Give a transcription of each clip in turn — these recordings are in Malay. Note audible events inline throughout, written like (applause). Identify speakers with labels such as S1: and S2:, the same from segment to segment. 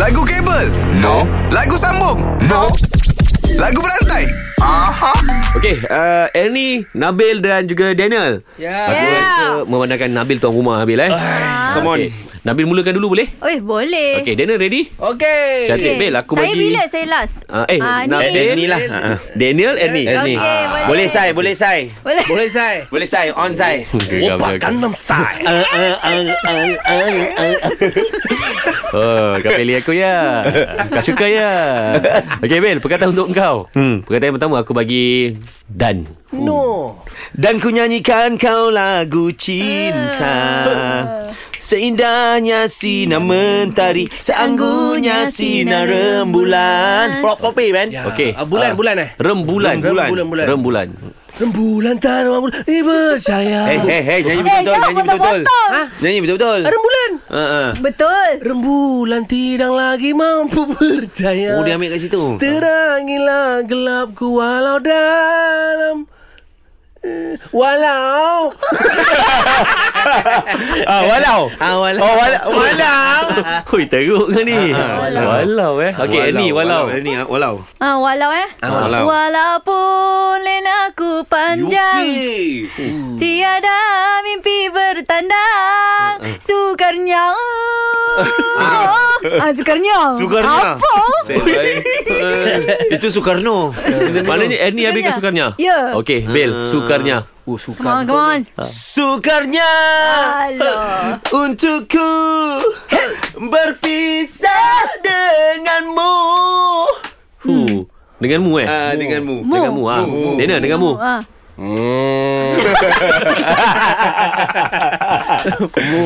S1: Lagu kabel? No. Lagu sambung? No. Lagu berantai? Aha.
S2: Okey, uh, Ernie, Nabil dan juga Daniel.
S3: Ya.
S2: Aku
S4: Yeah.
S2: rasa memandangkan Nabil tuan rumah Nabil eh. Come on. Okay. Nabil mulakan dulu boleh?
S4: Oi, boleh.
S2: Okey, Daniel ready?
S3: Okey.
S2: Cantik. Nabil, aku
S4: saya
S2: bagi-
S4: bila saya last?
S2: Ah, eh,
S4: Ah,
S2: nak-
S4: ni. Eh.
S2: eh,
S5: Ernie lah ha, ha.
S2: Daniel, Ernie.
S5: Ernie
S4: Okey,
S5: Ah.
S4: boleh.
S5: Boleh sai Boleh sai
S4: Boleh.
S3: Boleh saya?
S5: Boleh sai On sai
S2: Geram je
S3: Opa
S2: aku.
S3: Gangnam Style.
S5: Uh, uh, uh, uh, uh, uh.
S2: Oh, kau pilih aku ya. Kau suka ya. Okey, Bil, perkataan untuk kau. Hmm. Perkataan yang pertama aku bagi dan.
S3: Hmm. No.
S5: (laughs) Dan ku nyanyikan kau lagu cinta Seindahnya sinar mentari Seanggurnya sinar rembulan Frog Poppy man
S3: Ya.
S2: Okey.
S3: Ah, bulan, bulan eh?
S2: Rembulan.
S5: Rembulan.
S2: Rembulan. rembulan.
S3: Rembulan tanam bulan. Ibu saya.
S5: Hey hey hey
S4: Eh,
S5: nyanyi
S4: jawab
S5: betul-betul Nyanyi betul-betul
S4: potong-potong.
S5: Ha? Nyanyi betul-betul
S3: Rembulan.
S5: Ha, ha.
S4: Betul.
S3: Rembulan tidak lagi mampu berjaya.
S5: Oh dia ambil kat situ
S3: Terangilah gelapku walau dalam eh, Walau
S5: Ah walau Ah walau Oh walau Walau
S2: Hui, teruk kan ni?
S5: walau.
S2: Walau eh. (laughs) Okey, Ernie, walau.
S5: Ernie ah, walau
S4: Ah, walau eh.
S5: walau.
S4: Walaupun lena ku panjang, tiada mimpi bertandang, sukarnya. ah, sukarnya.
S5: Sukarnya.
S4: Apa?
S5: Eh, Itu Soekarno
S2: Maknanya Ernie habis kat
S4: Sukarnya.
S2: sukarnya?
S4: Ya.
S2: Okey, Bil, sukarnya.
S3: Oh suka
S4: Ah, Come on, come on.
S5: Sukarnya
S4: Ah. Alah.
S5: Untukku Berpisah denganmu
S2: Hu. Denganmu eh?
S5: Ah, Denganmu
S4: Hmm. Mu.
S2: Denganmu ah. Daniel, denganmu.
S4: Ah.
S3: Mo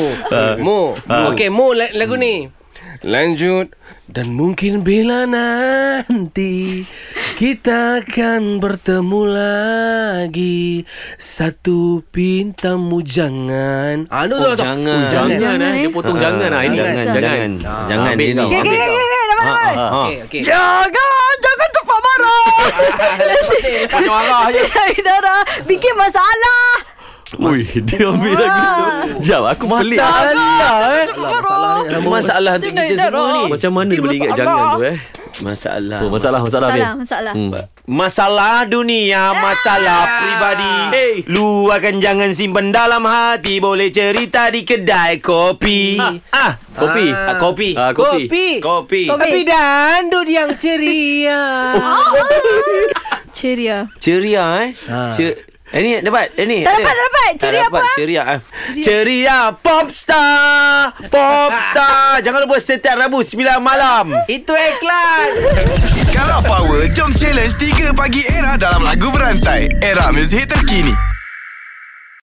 S3: Mo
S5: Ah.
S3: Okay Mo la- lagu ni Lanjut Dan mungkin bila nanti Kita akan bertemu lagi Satu pintamu jangan Ah, no, no,
S5: Oh,
S3: no.
S5: jangan.
S3: Oh,
S2: Jangan,
S4: Jangan,
S2: eh.
S4: eh.
S2: Dia potong jangan ah. Ini
S4: Jangan,
S2: jangan.
S5: jangan. Jangan,
S2: Ambil
S5: dia
S2: kau,
S5: ni.
S4: Okay, okay,
S2: ambil kau.
S4: okay, okay. Dapat, (laughs)
S5: Ah,
S4: dapat.
S3: Okay, okay.
S4: Jangan, jangan cepat marah.
S5: Macam arah je
S4: Tidak, Dara. Bikin masalah.
S2: Ui, (laughs) dia ambil lagi tu. Jam, aku pelik.
S5: Masalah eh
S3: Masalah ni dalam
S5: Masalah untuk kita semua ni
S2: Macam mana dia boleh ingat jangan tu eh?
S5: Masalah
S2: Oh, masalah, masalah. Bil.
S4: Masalah, masalah.
S2: Hmm.
S5: Masalah dunia, masalah peribadi
S2: Hey.
S5: Lu akan jangan simpan dalam hati Boleh cerita di kedai kopi Ah,
S2: Kopi.
S5: ah, kopi
S2: Ah, kopi.
S3: Kopi
S5: Kopi
S4: Kopi.
S3: Tapi dandut yang ceria
S4: Ceria.
S5: Ceria eh Cer- Eh ni dapat Eh ni
S4: Tak
S5: ada.
S4: dapat, tak dapat.
S5: Tak
S4: Ceria
S5: dapat.
S4: apa, eh?
S5: Ceria eh. Ceria Popstar Popstar
S4: (laughs)
S5: Jangan lupa setiap Rabu 9 malam
S3: Itu iklan
S1: Kalau power, jom challenge 3 pagi era dalam lagu berantai. Era muzik terkini.